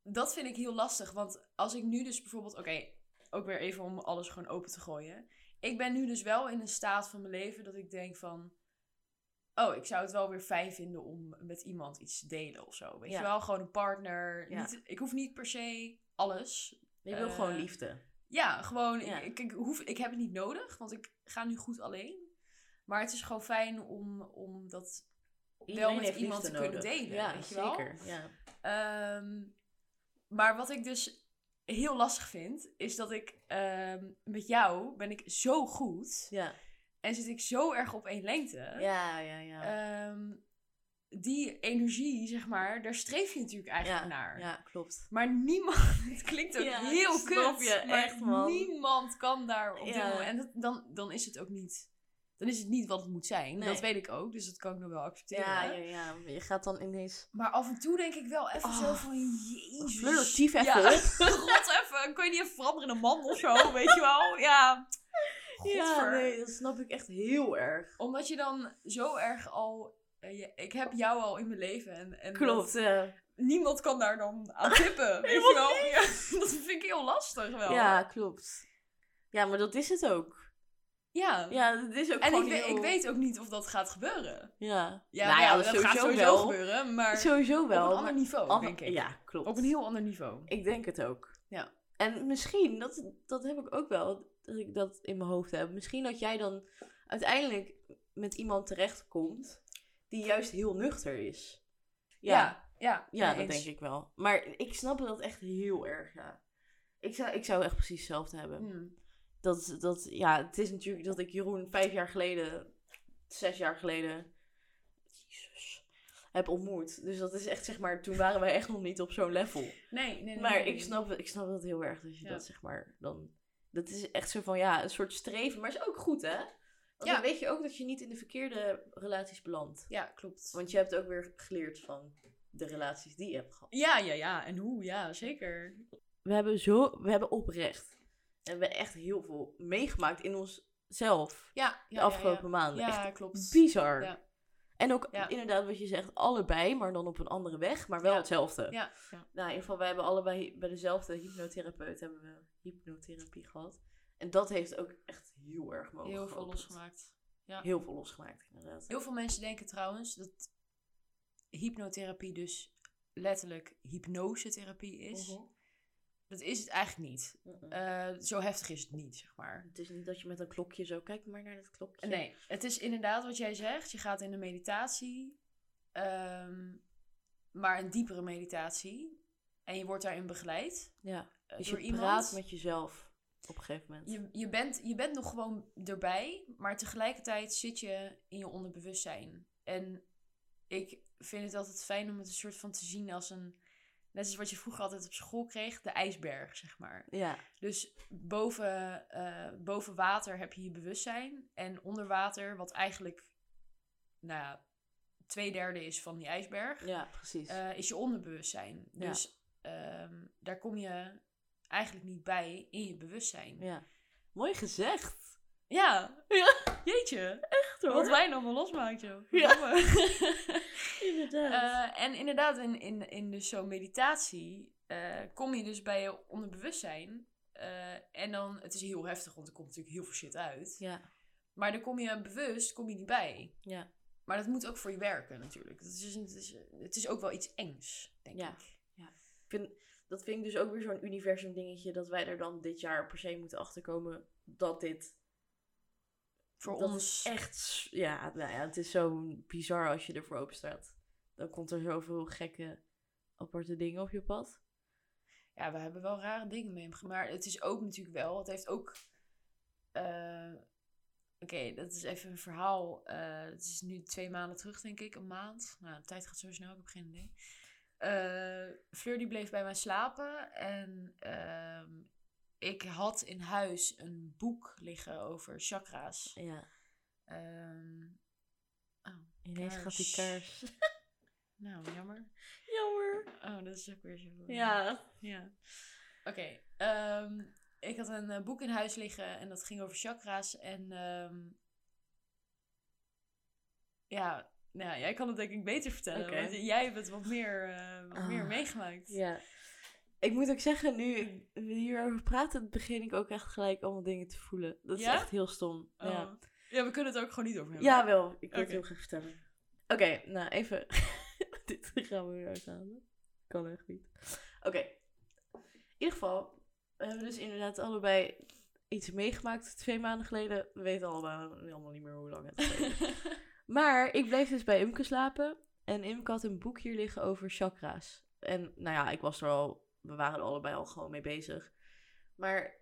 [SPEAKER 2] dat vind ik heel lastig. Want als ik nu dus bijvoorbeeld. Oké, ook weer even om alles gewoon open te gooien. Ik ben nu dus wel in een staat van mijn leven dat ik denk van. Oh, ik zou het wel weer fijn vinden om met iemand iets te delen of zo. Weet
[SPEAKER 1] Ja.
[SPEAKER 2] je wel, gewoon een partner.
[SPEAKER 1] Ja.
[SPEAKER 2] Niet, ik hoef niet per se alles.
[SPEAKER 1] Ik wil
[SPEAKER 2] Eh,
[SPEAKER 1] gewoon liefde.
[SPEAKER 2] Ja, gewoon.
[SPEAKER 1] Ja.
[SPEAKER 2] Ik, ik, hoef, ik heb het niet nodig, want ik ga nu goed alleen. Maar het is gewoon fijn om, om dat
[SPEAKER 1] Iedereen
[SPEAKER 2] met
[SPEAKER 1] heeft
[SPEAKER 2] iemand
[SPEAKER 1] liefde
[SPEAKER 2] te kunnen delen,
[SPEAKER 1] Ja,
[SPEAKER 2] weet je wel?
[SPEAKER 1] zeker. Ja.
[SPEAKER 2] Ehm, maar wat ik dus heel lastig vind, is dat ik ehm, met jou ben ik zo goed
[SPEAKER 1] Ja.
[SPEAKER 2] en zit ik zo erg op één lengte.
[SPEAKER 1] ja, ja, ja.
[SPEAKER 2] Ehm, die energie, zeg maar, daar streef je natuurlijk eigenlijk
[SPEAKER 1] ja,
[SPEAKER 2] naar.
[SPEAKER 1] ja, klopt.
[SPEAKER 2] Maar niemand, [laughs] het klinkt ook
[SPEAKER 1] Ja, ik
[SPEAKER 2] heel
[SPEAKER 1] snap
[SPEAKER 2] kut,
[SPEAKER 1] je,
[SPEAKER 2] maar
[SPEAKER 1] echt, man.
[SPEAKER 2] niemand kan daar op dit
[SPEAKER 1] Ja.
[SPEAKER 2] moment. En dat, dan, dan is het ook niet, dan is het niet wat het moet zijn.
[SPEAKER 1] Nee.
[SPEAKER 2] Dat weet ik ook, dus dat kan ik nog wel accepteren.
[SPEAKER 1] Ja, ja, ja. Je gaat dan ineens...
[SPEAKER 2] Maar af en toe denk ik wel even
[SPEAKER 1] Oh,
[SPEAKER 2] zo van, jezus.
[SPEAKER 1] flirtatief even
[SPEAKER 2] Ja.
[SPEAKER 1] op.
[SPEAKER 2] [laughs] God even, kun je niet even veranderen in een man of zo, weet je wel? Ja.
[SPEAKER 1] Ja,
[SPEAKER 2] Godver.
[SPEAKER 1] nee, dat snap ik echt heel erg.
[SPEAKER 2] Omdat je dan zo erg al... eh, je- ik heb jou al in mijn leven en, en
[SPEAKER 1] Klopt,
[SPEAKER 2] dat-
[SPEAKER 1] ja.
[SPEAKER 2] niemand kan daar
[SPEAKER 1] [laughs]
[SPEAKER 2] dan aan tippen, weet je
[SPEAKER 1] Helemaal
[SPEAKER 2] [laughs] wel? Ja, dat vind ik heel lastig wel.
[SPEAKER 1] Ja, klopt. Ja, maar dat is het ook.
[SPEAKER 2] Ja.
[SPEAKER 1] Ja, dat is ook
[SPEAKER 2] En ik,
[SPEAKER 1] gewoon
[SPEAKER 2] we-
[SPEAKER 1] heel-
[SPEAKER 2] ik weet ook niet of dat gaat gebeuren.
[SPEAKER 1] Ja.
[SPEAKER 2] Ja,
[SPEAKER 1] Nou
[SPEAKER 2] maar
[SPEAKER 1] ja,
[SPEAKER 2] dat
[SPEAKER 1] sowieso
[SPEAKER 2] gaat sowieso
[SPEAKER 1] wel.
[SPEAKER 2] gebeuren, maar
[SPEAKER 1] Sowieso wel.
[SPEAKER 2] op een
[SPEAKER 1] maar-
[SPEAKER 2] ander niveau,
[SPEAKER 1] ander-
[SPEAKER 2] denk ik.
[SPEAKER 1] Ja, klopt.
[SPEAKER 2] Op een heel ander niveau.
[SPEAKER 1] Ik denk het ook.
[SPEAKER 2] Ja.
[SPEAKER 1] En misschien, dat, dat heb ik ook wel, dat ik dat in mijn hoofd heb. Misschien dat jij dan uiteindelijk met iemand terechtkomt die juist heel nuchter is. Ja, ja,
[SPEAKER 2] ja, ja, mee
[SPEAKER 1] dat
[SPEAKER 2] eens.
[SPEAKER 1] denk ik wel. Maar ik snap dat echt heel erg, ja. Ik zou, ik zou echt precies hetzelfde hebben.
[SPEAKER 2] Hmm.
[SPEAKER 1] Dat, dat, ja, het is natuurlijk dat ik Jeroen vijf jaar geleden, zes jaar geleden, Jezus, heb ontmoet. Dus dat is echt, zeg maar, toen waren wij echt nog niet op zo'n level.
[SPEAKER 2] Nee, nee, nee,
[SPEAKER 1] Maar
[SPEAKER 2] nee,
[SPEAKER 1] ik
[SPEAKER 2] nee.
[SPEAKER 1] snap, ik snap dat heel erg, dat je
[SPEAKER 2] Ja.
[SPEAKER 1] dat zeg maar dan... Dat is echt zo van, ja, een soort streven, maar is ook goed, hè? Want
[SPEAKER 2] Ja.
[SPEAKER 1] dan weet je ook dat je niet in de verkeerde relaties belandt.
[SPEAKER 2] Ja, klopt.
[SPEAKER 1] Want je hebt ook weer geleerd van de relaties die je hebt gehad.
[SPEAKER 2] Ja, ja, ja. En hoe, ja, zeker.
[SPEAKER 1] We hebben zo, we hebben oprecht. En we hebben echt heel veel meegemaakt in onszelf
[SPEAKER 2] Ja, ja,
[SPEAKER 1] de
[SPEAKER 2] ja,
[SPEAKER 1] afgelopen
[SPEAKER 2] Ja,
[SPEAKER 1] maanden.
[SPEAKER 2] ja
[SPEAKER 1] echt
[SPEAKER 2] klopt.
[SPEAKER 1] bizar.
[SPEAKER 2] Ja.
[SPEAKER 1] En ook
[SPEAKER 2] Ja.
[SPEAKER 1] inderdaad wat je zegt, allebei, maar dan op een andere weg, maar wel
[SPEAKER 2] Ja.
[SPEAKER 1] hetzelfde.
[SPEAKER 2] Ja, ja.
[SPEAKER 1] Nou, in ieder geval, wij hebben allebei bij dezelfde hypnotherapeut hebben we hypnotherapie gehad. En dat heeft ook echt heel erg mogen
[SPEAKER 2] heel veel
[SPEAKER 1] geopend.
[SPEAKER 2] losgemaakt.
[SPEAKER 1] Heel veel losgemaakt, inderdaad.
[SPEAKER 2] Heel veel mensen denken trouwens dat hypnotherapie dus letterlijk hypnosetherapie is.
[SPEAKER 1] Mhm.
[SPEAKER 2] Dat is het eigenlijk niet.
[SPEAKER 1] Mm-mm.
[SPEAKER 2] Eh, zo heftig is het niet, zeg maar.
[SPEAKER 1] Het is niet dat je met een klokje zo, kijk maar naar dat klokje.
[SPEAKER 2] Nee, het is inderdaad wat jij zegt. Je gaat in een meditatie, ehm, maar een diepere meditatie. En je wordt daarin begeleid.
[SPEAKER 1] Ja,
[SPEAKER 2] eh,
[SPEAKER 1] dus je
[SPEAKER 2] door
[SPEAKER 1] praat
[SPEAKER 2] iemand.
[SPEAKER 1] met jezelf op een gegeven moment.
[SPEAKER 2] je, je, bent, je bent nog gewoon erbij, maar tegelijkertijd zit je in je onderbewustzijn. En ik vind het altijd fijn om het een soort van te zien als een. Net als wat je vroeger altijd op school kreeg, de ijsberg, zeg maar.
[SPEAKER 1] Ja,
[SPEAKER 2] Dus boven, eh, boven water heb je je bewustzijn. En onder water, wat eigenlijk nou ja, twee derde is van die ijsberg,
[SPEAKER 1] ja, precies.
[SPEAKER 2] eh, is je onderbewustzijn.
[SPEAKER 1] Ja.
[SPEAKER 2] Dus ehm, daar kom je eigenlijk niet bij in je bewustzijn.
[SPEAKER 1] ja. Mooi gezegd.
[SPEAKER 2] Ja.
[SPEAKER 1] Ja.
[SPEAKER 2] [laughs] Jeetje.
[SPEAKER 1] Echt
[SPEAKER 2] Wat wij allemaal losmaakt, joh.
[SPEAKER 1] Ja. [laughs]
[SPEAKER 2] Verdomme.
[SPEAKER 1] Inderdaad.
[SPEAKER 2] Eh, en inderdaad, in, in, in dus zo'n meditatie eh, kom je dus bij je onderbewustzijn. Eh, en dan, het is heel heftig, want er komt natuurlijk heel veel shit uit.
[SPEAKER 1] ja,
[SPEAKER 2] Maar dan kom je bewust, kom je niet bij.
[SPEAKER 1] ja,
[SPEAKER 2] Maar dat moet ook voor je werken natuurlijk. Het is, het is, het is ook wel iets engs, denk
[SPEAKER 1] Ja.
[SPEAKER 2] ik.
[SPEAKER 1] dat vind ik dus ook weer zo'n universum dingetje dat wij er dan dit jaar per se moeten achterkomen dat dit
[SPEAKER 2] Voor
[SPEAKER 1] Dat
[SPEAKER 2] ons.
[SPEAKER 1] is echt, s- ja, nou ja, het is zo bizar als je ervoor open staat. Dan komt er zoveel gekke, aparte dingen op je pad.
[SPEAKER 2] ja, we hebben wel rare dingen mee gemaakt. Maar het is ook natuurlijk wel, het heeft ook. eh, Oké, dat is even een verhaal. Eh, het is nu twee maanden terug, denk ik, een maand. Nou, de tijd gaat zo snel, ik heb geen idee. Eh, Fleur die bleef bij mij slapen en ehm, ik had in huis een boek liggen over chakra's.
[SPEAKER 1] Ja,
[SPEAKER 2] Ehm,
[SPEAKER 1] ineens gaat die
[SPEAKER 2] Kaars.
[SPEAKER 1] kaars.
[SPEAKER 2] nou, [laughs] jammer.
[SPEAKER 1] Jammer.
[SPEAKER 2] Oh, dat is ook weer zo.
[SPEAKER 1] Ja.
[SPEAKER 2] Ja. Oké. ehm, ik had een eh, boek in huis liggen en dat ging over chakra's. En ehm, ja, nou, ja, jij kan het denk ik beter vertellen.
[SPEAKER 1] Oké.
[SPEAKER 2] Want jij hebt het wat meer, eh, wat meer
[SPEAKER 1] Ah,
[SPEAKER 2] meegemaakt.
[SPEAKER 1] Ja. Ik moet ook zeggen, nu ik- we hierover praten, begin ik ook echt gelijk allemaal dingen te voelen. Dat
[SPEAKER 2] Ja?
[SPEAKER 1] is echt heel stom.
[SPEAKER 2] Oh.
[SPEAKER 1] Ja.
[SPEAKER 2] ja. we kunnen het ook gewoon niet over hebben.
[SPEAKER 1] Ja, wel. Ik wil het
[SPEAKER 2] Oké.
[SPEAKER 1] heel graag vertellen. Oké, nou even. [laughs] Dit gaan we weer uithalen. Kan echt niet. Oké. In ieder geval, we hebben dus inderdaad allebei iets meegemaakt twee maanden geleden. We weten allemaal, allemaal niet meer hoe lang het geleden
[SPEAKER 2] [laughs]
[SPEAKER 1] is. Maar ik bleef dus bij Imke slapen. En Imke had een boek hier liggen over chakra's. En nou ja, ik was er al... We waren er allebei al gewoon mee bezig. Maar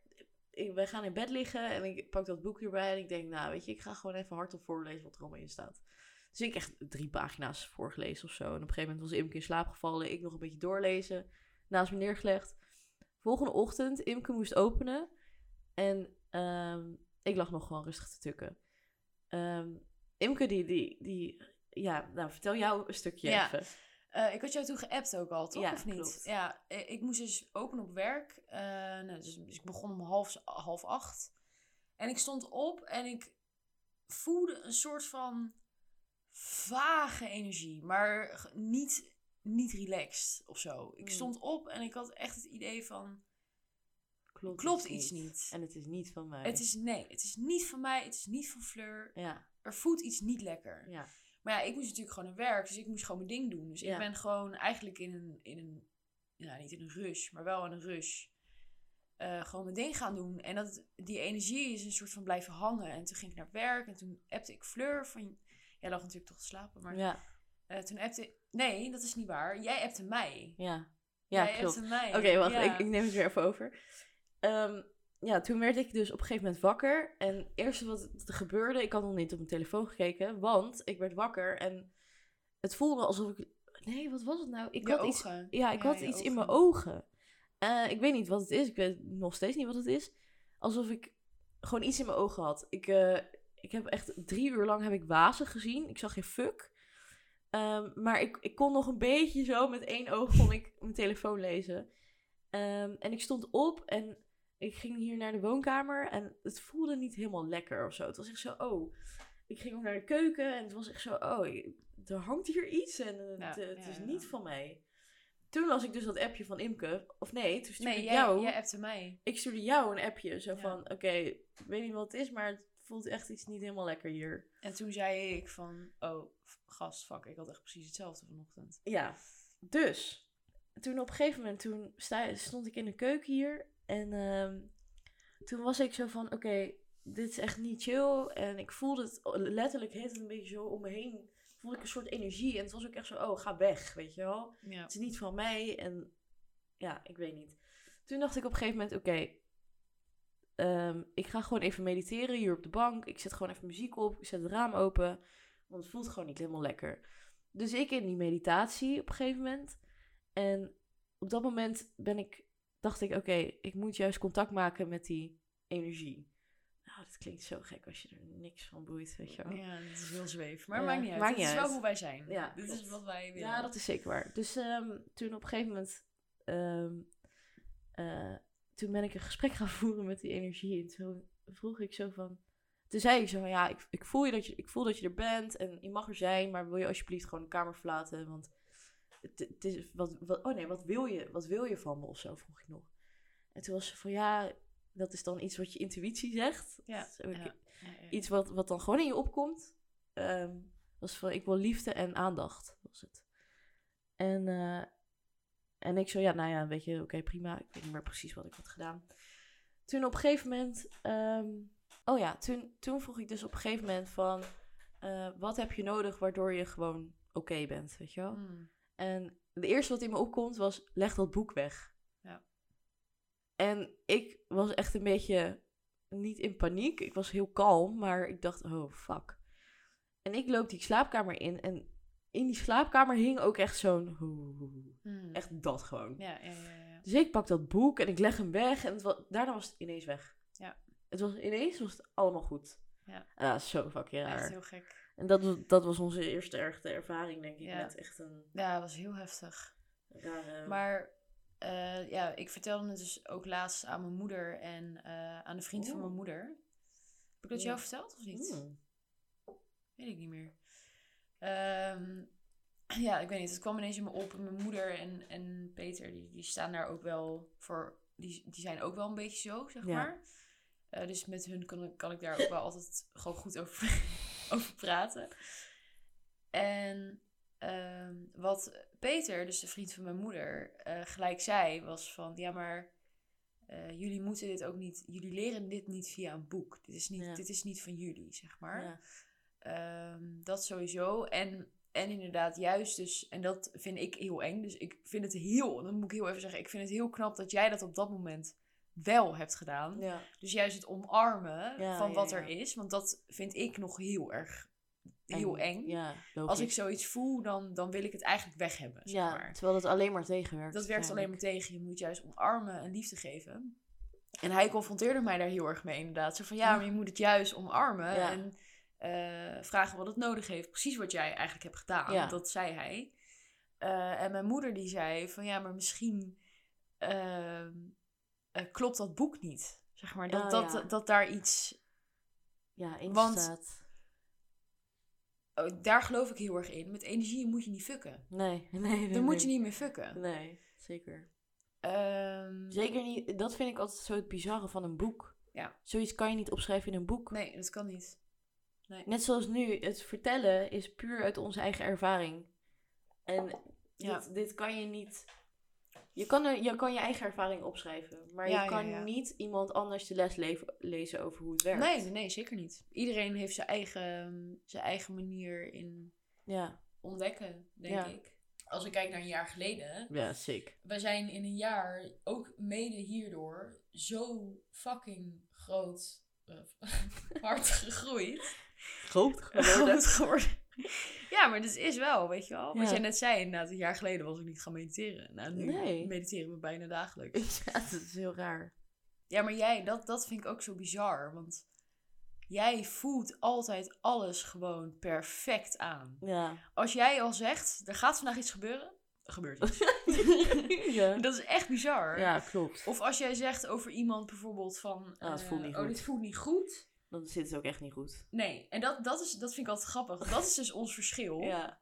[SPEAKER 1] ik, wij gaan in bed liggen en ik pak dat boek hierbij. En ik denk, nou weet je, ik ga gewoon even hardop voorlezen wat er allemaal in staat. Dus ik echt drie pagina's voorgelezen of zo. En op een gegeven moment was Imke in slaap gevallen. Ik nog een beetje doorlezen. Naast me neergelegd. Volgende ochtend, Imke moest openen. En ehm, ik lag nog gewoon rustig te tukken. Ehm, Imke, die, die, die... Ja, nou, vertel jou een stukje
[SPEAKER 2] Ja.
[SPEAKER 1] even.
[SPEAKER 2] Eh, ik had jou toen geappt ook al, toch?
[SPEAKER 1] Ja,
[SPEAKER 2] of niet?
[SPEAKER 1] klopt.
[SPEAKER 2] Ja, eh, ik moest dus open op werk. Eh, nou, dus, dus ik begon om half, half acht. En ik stond op en ik voelde een soort van vage energie, maar g- niet, niet relaxed of zo. Ik
[SPEAKER 1] Hmm.
[SPEAKER 2] stond op en ik had echt het idee van:
[SPEAKER 1] klopt,
[SPEAKER 2] klopt
[SPEAKER 1] iets
[SPEAKER 2] iets niet.
[SPEAKER 1] En het is niet van mij.
[SPEAKER 2] Het is nee, het is niet van mij, het is niet van Fleur.
[SPEAKER 1] Ja,
[SPEAKER 2] Er voelt iets niet lekker.
[SPEAKER 1] ja.
[SPEAKER 2] Maar ja, ik moest natuurlijk gewoon naar werk, dus ik moest gewoon mijn ding doen. Dus
[SPEAKER 1] Ja.
[SPEAKER 2] ik ben gewoon eigenlijk in een, in een, nou niet in een rush, maar wel in een rush, eh, gewoon mijn ding gaan doen. En dat, die energie is een soort van blijven hangen. En toen ging ik naar werk en toen appte ik Fleur van, jij lag natuurlijk toch te slapen, maar
[SPEAKER 1] Ja,
[SPEAKER 2] eh, toen appte, nee, dat is niet waar. Jij appte mij.
[SPEAKER 1] ja. Ja,
[SPEAKER 2] jij
[SPEAKER 1] klopt.
[SPEAKER 2] appte mij.
[SPEAKER 1] Oké, wacht,
[SPEAKER 2] Ja.
[SPEAKER 1] ik, ik neem het weer even over. Ehm, ja, toen werd ik dus op een gegeven moment wakker. En het eerste wat er gebeurde, ik had nog niet op mijn telefoon gekeken, want ik werd wakker en het voelde alsof ik. Nee, wat was het nou? Ik
[SPEAKER 2] Je
[SPEAKER 1] had iets,
[SPEAKER 2] ogen.
[SPEAKER 1] ja, ik had
[SPEAKER 2] je
[SPEAKER 1] iets in
[SPEAKER 2] ogen.
[SPEAKER 1] mijn ogen. Eh, ik weet niet wat het is, ik weet nog steeds niet wat het is. Alsof ik gewoon iets in mijn ogen had. Ik, eh, ik heb echt drie uur lang heb ik wazen gezien. Ik zag geen fuck. Ehm, maar ik, ik kon nog een beetje zo, met één oog kon ik mijn telefoon lezen. Ehm, en ik stond op en ik ging hier naar de woonkamer en het voelde niet helemaal lekker of zo. Het was echt zo, oh. Ik ging ook naar de keuken en het was echt zo, oh, ik- er hangt hier iets en eh,
[SPEAKER 2] Ja,
[SPEAKER 1] het, eh, het
[SPEAKER 2] ja,
[SPEAKER 1] is
[SPEAKER 2] ja.
[SPEAKER 1] niet van mij. Toen las ik dus dat appje van Imke, of nee, toen stuurde
[SPEAKER 2] Nee,
[SPEAKER 1] ik
[SPEAKER 2] jij,
[SPEAKER 1] jou,
[SPEAKER 2] jij appte mij.
[SPEAKER 1] ik stuurde jou een appje. Zo
[SPEAKER 2] Ja.
[SPEAKER 1] van, oké, ik weet niet wat het is, maar het voelt echt iets niet helemaal lekker hier.
[SPEAKER 2] En toen zei ik van, oh, f- gast, fuck, ik had echt precies hetzelfde vanochtend.
[SPEAKER 1] Ja, dus toen op een gegeven moment toen sta, stond ik in de keuken hier en ehm, toen was ik zo van oké, dit is echt niet chill en ik voelde het letterlijk heet het een beetje zo om me heen voelde ik een soort energie en het was ook echt zo oh ga weg weet je wel
[SPEAKER 2] Ja.
[SPEAKER 1] het is niet van mij en ja ik weet niet toen dacht ik op een gegeven moment oké ehm, ik ga gewoon even mediteren hier op de bank ik zet gewoon even muziek op ik zet het raam open want het voelt gewoon niet helemaal lekker dus ik in die meditatie op een gegeven moment. En op dat moment ben ik, dacht ik, oké, ik moet juist contact maken met die energie. Nou, dat klinkt zo gek als je er niks van boeit, weet je wel.
[SPEAKER 2] Ja, dit is heel zweef. Maar
[SPEAKER 1] Ja,
[SPEAKER 2] maakt niet uit.
[SPEAKER 1] maakt
[SPEAKER 2] dit
[SPEAKER 1] niet
[SPEAKER 2] is wel
[SPEAKER 1] uit.
[SPEAKER 2] hoe wij zijn.
[SPEAKER 1] Ja,
[SPEAKER 2] dit
[SPEAKER 1] klopt.
[SPEAKER 2] is wat wij willen.
[SPEAKER 1] Ja, dat is zeker waar. Dus ehm, toen op een gegeven moment, ehm, eh, toen ben ik een gesprek gaan [laughs] voeren met die energie. En toen vroeg ik zo van, toen zei ik zo van, ja, ik, ik, voel je dat je, ik voel dat je er bent en je mag er zijn, maar wil je alsjeblieft gewoon de kamer verlaten, want het, het is, wat, wat, oh nee, wat wil, je, wat wil je van me of zo, vroeg ik nog. En toen was ze van, ja, dat is dan iets wat je intuïtie zegt.
[SPEAKER 2] Ja,
[SPEAKER 1] Zo, ik-
[SPEAKER 2] ja, ja, ja.
[SPEAKER 1] iets wat, wat dan gewoon in je opkomt. ehm, was van, ik wil liefde en aandacht, was het. En, eh, en ik zo, ja, nou ja, weet je, oké, prima. Ik weet niet meer precies wat ik had gedaan. Toen op een gegeven moment... ehm, oh ja, toen, toen vroeg ik dus op een gegeven moment van... eh, wat heb je nodig waardoor je gewoon oké bent, weet je wel?
[SPEAKER 2] Mm.
[SPEAKER 1] En de eerste wat in me opkomt was: leg dat boek weg.
[SPEAKER 2] Ja.
[SPEAKER 1] En ik was echt een beetje niet in paniek. Ik was heel kalm, maar ik dacht: oh fuck. En ik loop die slaapkamer in en in die slaapkamer hing ook echt zo'n.
[SPEAKER 2] Mm.
[SPEAKER 1] Echt dat gewoon.
[SPEAKER 2] Ja, ja, ja, ja, ja.
[SPEAKER 1] Dus ik pak dat boek en ik leg hem weg. En het wa- daarna was het ineens weg.
[SPEAKER 2] Ja.
[SPEAKER 1] Het was ineens was het allemaal goed.
[SPEAKER 2] Ja.
[SPEAKER 1] En dat is zo fucking
[SPEAKER 2] Echt
[SPEAKER 1] raar.
[SPEAKER 2] heel gek.
[SPEAKER 1] En dat, was- dat was onze eerste ergste ervaring, denk ik.
[SPEAKER 2] Ja.
[SPEAKER 1] Met echt een
[SPEAKER 2] Ja, dat was heel heftig.
[SPEAKER 1] rare...
[SPEAKER 2] Maar eh, ja, ik vertelde het dus ook laatst aan mijn moeder en eh, aan de vriend van
[SPEAKER 1] Oeh.
[SPEAKER 2] mijn moeder. Heb ik dat
[SPEAKER 1] Oh. Ja.
[SPEAKER 2] jou verteld of niet?
[SPEAKER 1] Mm.
[SPEAKER 2] Weet ik niet meer. Ehm, [clears throat] ja, ik weet niet. Het kwam ineens in me op. Mijn moeder en, en Peter, die, die staan daar ook wel voor. Die, die zijn ook wel een beetje zo, zeg
[SPEAKER 1] Ja.
[SPEAKER 2] maar. Eh, dus met hun kan, ik- kan ik daar ook wel altijd gewoon goed over, [laughs] over praten. En ehm, wat Peter, dus de vriend van mijn moeder, eh, gelijk zei, was van... Ja, maar eh, jullie moeten dit ook niet... Jullie leren dit niet via een boek. Dit is niet,
[SPEAKER 1] Ja.
[SPEAKER 2] dit is niet van jullie, zeg maar.
[SPEAKER 1] Ja.
[SPEAKER 2] Ehm, dat sowieso. En, en inderdaad, juist dus, en dat vind ik heel eng. Dus ik vind het heel, dan moet ik heel even zeggen, ik vind het heel knap dat jij dat op dat moment wel hebt gedaan.
[SPEAKER 1] Ja.
[SPEAKER 2] Dus juist het omarmen
[SPEAKER 1] Ja,
[SPEAKER 2] van
[SPEAKER 1] ja,
[SPEAKER 2] wat
[SPEAKER 1] ja.
[SPEAKER 2] er is, want dat vind ik nog heel erg, heel eng.
[SPEAKER 1] Ja, logisch.
[SPEAKER 2] Als ik zoiets voel, dan, dan wil ik het eigenlijk weg hebben. Zeg
[SPEAKER 1] ja,
[SPEAKER 2] maar.
[SPEAKER 1] terwijl dat alleen maar tegenwerkt.
[SPEAKER 2] Dat werkt alleen maar
[SPEAKER 1] uiteindelijk.
[SPEAKER 2] tegen. Je moet juist omarmen en liefde geven. En hij confronteerde mij daar heel erg mee, inderdaad. Zo van ja, maar je moet het juist omarmen
[SPEAKER 1] Ja.
[SPEAKER 2] en eh, vragen wat het nodig heeft. Precies wat jij eigenlijk hebt gedaan.
[SPEAKER 1] Ja.
[SPEAKER 2] Dat zei hij. Eh, en mijn moeder die zei van ja, maar misschien ehm, eh, klopt dat boek niet. Zeg maar dat,
[SPEAKER 1] Oh,
[SPEAKER 2] dat,
[SPEAKER 1] ja.
[SPEAKER 2] dat daar iets.
[SPEAKER 1] Ja, in
[SPEAKER 2] Want-
[SPEAKER 1] staat.
[SPEAKER 2] oh, daar geloof ik heel erg in. Met energie moet je niet fukken.
[SPEAKER 1] Nee, [laughs] nee, nee.
[SPEAKER 2] Dan moet je
[SPEAKER 1] nee.
[SPEAKER 2] niet meer fukken.
[SPEAKER 1] Nee, zeker.
[SPEAKER 2] Ehm, Ehm,
[SPEAKER 1] Zeker niet, dat vind ik altijd zo het bizarre van een boek.
[SPEAKER 2] Ja.
[SPEAKER 1] Zoiets kan je niet opschrijven in een boek.
[SPEAKER 2] Nee, dat kan niet.
[SPEAKER 1] Net zoals nu, het vertellen is puur uit onze eigen ervaring. En
[SPEAKER 2] Ja.
[SPEAKER 1] dit, dit kan je niet. Je kan, er, je kan je eigen ervaring opschrijven, maar
[SPEAKER 2] Ja,
[SPEAKER 1] je
[SPEAKER 2] ja,
[SPEAKER 1] kan
[SPEAKER 2] ja.
[SPEAKER 1] niet iemand anders de les leven- lezen over hoe het werkt.
[SPEAKER 2] Nee, nee, nee, zeker niet. Iedereen heeft zijn eigen, ehm, zijn eigen manier in
[SPEAKER 1] Ja,
[SPEAKER 2] ontdekken, denk
[SPEAKER 1] Ja.
[SPEAKER 2] ik. Als ik kijk naar een jaar geleden,
[SPEAKER 1] ja sick.
[SPEAKER 2] wij zijn in een jaar ook mede hierdoor zo fucking groot, eh, [laughs] hard
[SPEAKER 1] [laughs]
[SPEAKER 2] gegroeid.
[SPEAKER 1] Groot
[SPEAKER 2] [laughs] Groot geworden. Ja, maar dat is wel, weet je wel. Wat
[SPEAKER 1] Ja.
[SPEAKER 2] jij net zei, inderdaad, een jaar geleden was ik niet gaan mediteren. Nou, nu
[SPEAKER 1] Nee.
[SPEAKER 2] mediteren we bijna dagelijks.
[SPEAKER 1] [laughs] ja, dat is heel raar.
[SPEAKER 2] Ja, maar jij, dat, dat vind ik ook zo bizar. Want jij voelt altijd alles gewoon perfect aan.
[SPEAKER 1] Ja.
[SPEAKER 2] Als jij al zegt, er gaat vandaag iets gebeuren, er gebeurt
[SPEAKER 1] [laughs]
[SPEAKER 2] iets.
[SPEAKER 1] [laughs] ja.
[SPEAKER 2] dat is echt
[SPEAKER 1] [laughs]
[SPEAKER 2] bizar.
[SPEAKER 1] ja, klopt.
[SPEAKER 2] Of als jij zegt over iemand bijvoorbeeld van...
[SPEAKER 1] Ah, het
[SPEAKER 2] eh,
[SPEAKER 1] voelt niet
[SPEAKER 2] oh,
[SPEAKER 1] goed.
[SPEAKER 2] dit voelt niet goed.
[SPEAKER 1] Dan zit het ook echt niet goed.
[SPEAKER 2] Nee, en dat, dat, is, dat vind ik altijd grappig. Dat is dus ons verschil.
[SPEAKER 1] Ja,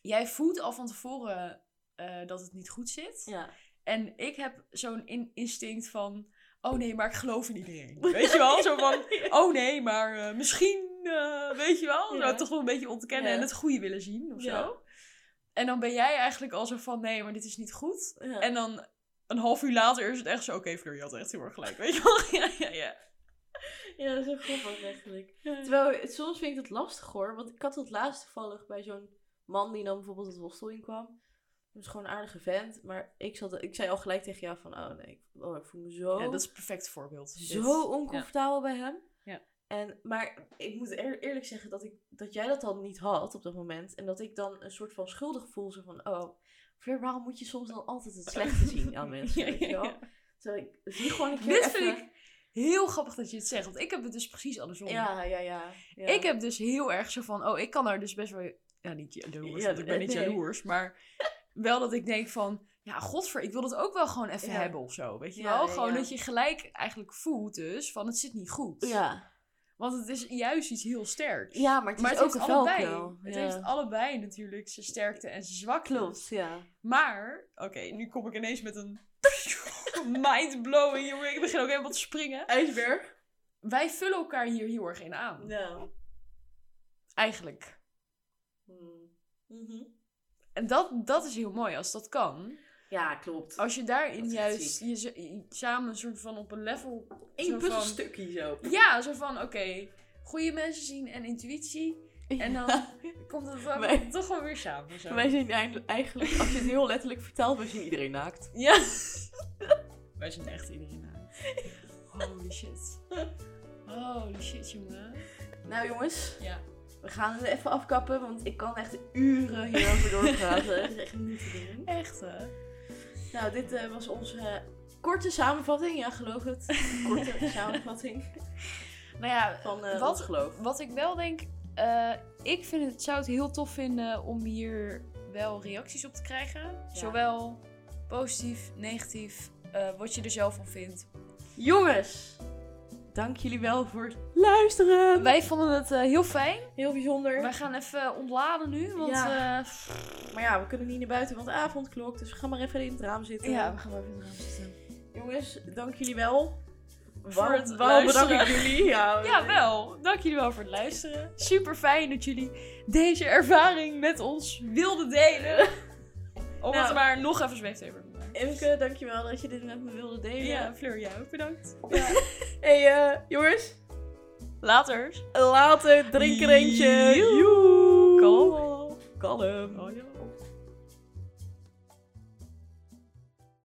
[SPEAKER 2] Jij voelt al van tevoren eh, dat het niet goed zit.
[SPEAKER 1] ja.
[SPEAKER 2] En ik heb zo'n in- instinct van... Oh nee, maar ik geloof in iedereen. Weet je
[SPEAKER 1] [laughs]
[SPEAKER 2] wel? Zo van... Oh nee, maar eh, misschien... eh, weet je wel?
[SPEAKER 1] Ja.
[SPEAKER 2] Zo toch wel een beetje ontkennen
[SPEAKER 1] Ja.
[SPEAKER 2] en het goede willen zien of
[SPEAKER 1] Ja.
[SPEAKER 2] zo. En dan ben jij eigenlijk al zo van... Nee, maar dit is niet goed.
[SPEAKER 1] ja.
[SPEAKER 2] En dan een half uur later is het echt zo... Oké Fleur, je had echt heel erg gelijk. Weet je wel? [laughs] ja, ja, ja.
[SPEAKER 1] Ja, dat is heel grappig eigenlijk. Terwijl, het- soms vind ik het lastig hoor. Want ik had dat laatst toevallig bij zo'n man die dan bijvoorbeeld het hostel inkwam. Dat is gewoon een aardige vent. Maar ik, zat, ik zei al gelijk tegen jou van, oh nee, ik, oh, ik voel me zo,
[SPEAKER 2] Ja, dat is een perfect voorbeeld.
[SPEAKER 1] zo oncomfortabel bij hem.
[SPEAKER 2] Ja.
[SPEAKER 1] En, maar ik moet eer- eerlijk zeggen dat, ik, dat jij dat dan niet had op dat moment. En dat ik dan een soort van schuldig voel. Zo van, oh, Fleur, waarom moet je soms dan altijd het slechte zien
[SPEAKER 2] [laughs]
[SPEAKER 1] aan mensen?
[SPEAKER 2] Ja,
[SPEAKER 1] weet je wel?
[SPEAKER 2] ja,
[SPEAKER 1] Terwijl ik zie gewoon een keer
[SPEAKER 2] Dit
[SPEAKER 1] even...
[SPEAKER 2] vind ik heel grappig dat je het zegt. Want ik heb het dus precies andersom.
[SPEAKER 1] Ja, ja, ja. ja.
[SPEAKER 2] Ik heb dus heel erg zo van, oh, ik kan daar dus best wel... Ja, niet jaloers,
[SPEAKER 1] Ja,
[SPEAKER 2] want ik ben niet
[SPEAKER 1] nee.
[SPEAKER 2] jaloers. Maar wel dat ik denk van, ja, godver, ik wil het ook wel gewoon even
[SPEAKER 1] Ja.
[SPEAKER 2] hebben of zo. Weet je
[SPEAKER 1] Ja,
[SPEAKER 2] wel?
[SPEAKER 1] ja,
[SPEAKER 2] Gewoon
[SPEAKER 1] ja.
[SPEAKER 2] dat je gelijk eigenlijk voelt dus van, het zit niet goed.
[SPEAKER 1] Ja.
[SPEAKER 2] Want het is juist iets heel sterks.
[SPEAKER 1] Ja, maar het is
[SPEAKER 2] maar het
[SPEAKER 1] ook
[SPEAKER 2] heeft
[SPEAKER 1] een
[SPEAKER 2] allebei.
[SPEAKER 1] velcro.
[SPEAKER 2] Het
[SPEAKER 1] ja.
[SPEAKER 2] heeft allebei natuurlijk zijn sterkte en zijn zwakte.
[SPEAKER 1] Klopt, ja.
[SPEAKER 2] Maar, oké, nu kom ik ineens met een [laughs] mind-blowing, jongen. Ik begin ook helemaal te springen.
[SPEAKER 1] IJsberg?
[SPEAKER 2] Wij vullen elkaar hier heel erg in aan.
[SPEAKER 1] Nou.
[SPEAKER 2] Eigenlijk.
[SPEAKER 1] Hm. Mhm.
[SPEAKER 2] En dat, dat is heel mooi als dat kan.
[SPEAKER 1] Ja, klopt.
[SPEAKER 2] Als je daarin
[SPEAKER 1] Dat is echt
[SPEAKER 2] juist
[SPEAKER 1] ziek.
[SPEAKER 2] je, z- je- samen een soort van op een level.
[SPEAKER 1] Eén
[SPEAKER 2] zo van-
[SPEAKER 1] puzzelstukje zo.
[SPEAKER 2] Ja, zo van oké, goede mensen zien en intuïtie. En
[SPEAKER 1] [laughs]
[SPEAKER 2] dan [laughs] komt het dan
[SPEAKER 1] Wij-
[SPEAKER 2] toch wel weer samen. Zo.
[SPEAKER 1] Wij zijn eind- eigenlijk, als je het heel letterlijk vertelt, we zien iedereen naakt. [laughs]
[SPEAKER 2] Ja. Wij zijn echt iedereen aan. Holy shit. Holy shit, jongen.
[SPEAKER 1] Nou jongens,
[SPEAKER 2] Ja.
[SPEAKER 1] we gaan het even afkappen, want ik kan echt uren hierover
[SPEAKER 2] [laughs]
[SPEAKER 1] doorpraten. Dat is echt niet te doen.
[SPEAKER 2] Echt hè?
[SPEAKER 1] Nou, dit eh, was onze korte samenvatting. Ja, geloof
[SPEAKER 2] [laughs]
[SPEAKER 1] het. Korte samenvatting
[SPEAKER 2] Nou ja,
[SPEAKER 1] van eh
[SPEAKER 2] wat
[SPEAKER 1] ons geloof.
[SPEAKER 2] Wat ik wel denk, eh, ik vind het, zou het heel tof vinden om hier wel reacties op te krijgen. Zowel positief, negatief, eh, wat je er zelf van vindt.
[SPEAKER 1] Jongens, dank jullie wel voor het luisteren.
[SPEAKER 2] Wij vonden het eh, heel fijn.
[SPEAKER 1] Heel bijzonder.
[SPEAKER 2] Wij gaan even ontladen nu, want eh,
[SPEAKER 1] Ja.
[SPEAKER 2] ja.
[SPEAKER 1] Maar ja, we kunnen niet naar buiten, want avondklok. Dus we gaan maar even in het raam zitten.
[SPEAKER 2] ja, we gaan maar even in het raam zitten.
[SPEAKER 1] Jongens, dank jullie wel. Waarom-
[SPEAKER 2] het
[SPEAKER 1] waarom
[SPEAKER 2] luisteren.
[SPEAKER 1] bedank ik jullie? Ja,
[SPEAKER 2] [laughs] Ja, wel. Dank jullie wel voor het luisteren. Super fijn dat jullie deze ervaring met ons wilden delen. Om
[SPEAKER 1] Nou.
[SPEAKER 2] het maar nog even zweeftever te maken.
[SPEAKER 1] Imke, dankjewel dat je dit met me wilde delen.
[SPEAKER 2] Ja, Fleur, jou ook bedankt.
[SPEAKER 1] Hey eh, jongens,
[SPEAKER 2] Later.
[SPEAKER 1] later drink er eentje.
[SPEAKER 2] Joe.
[SPEAKER 1] Joe.
[SPEAKER 2] Kalm.
[SPEAKER 1] Kalm.
[SPEAKER 2] Oh, ja.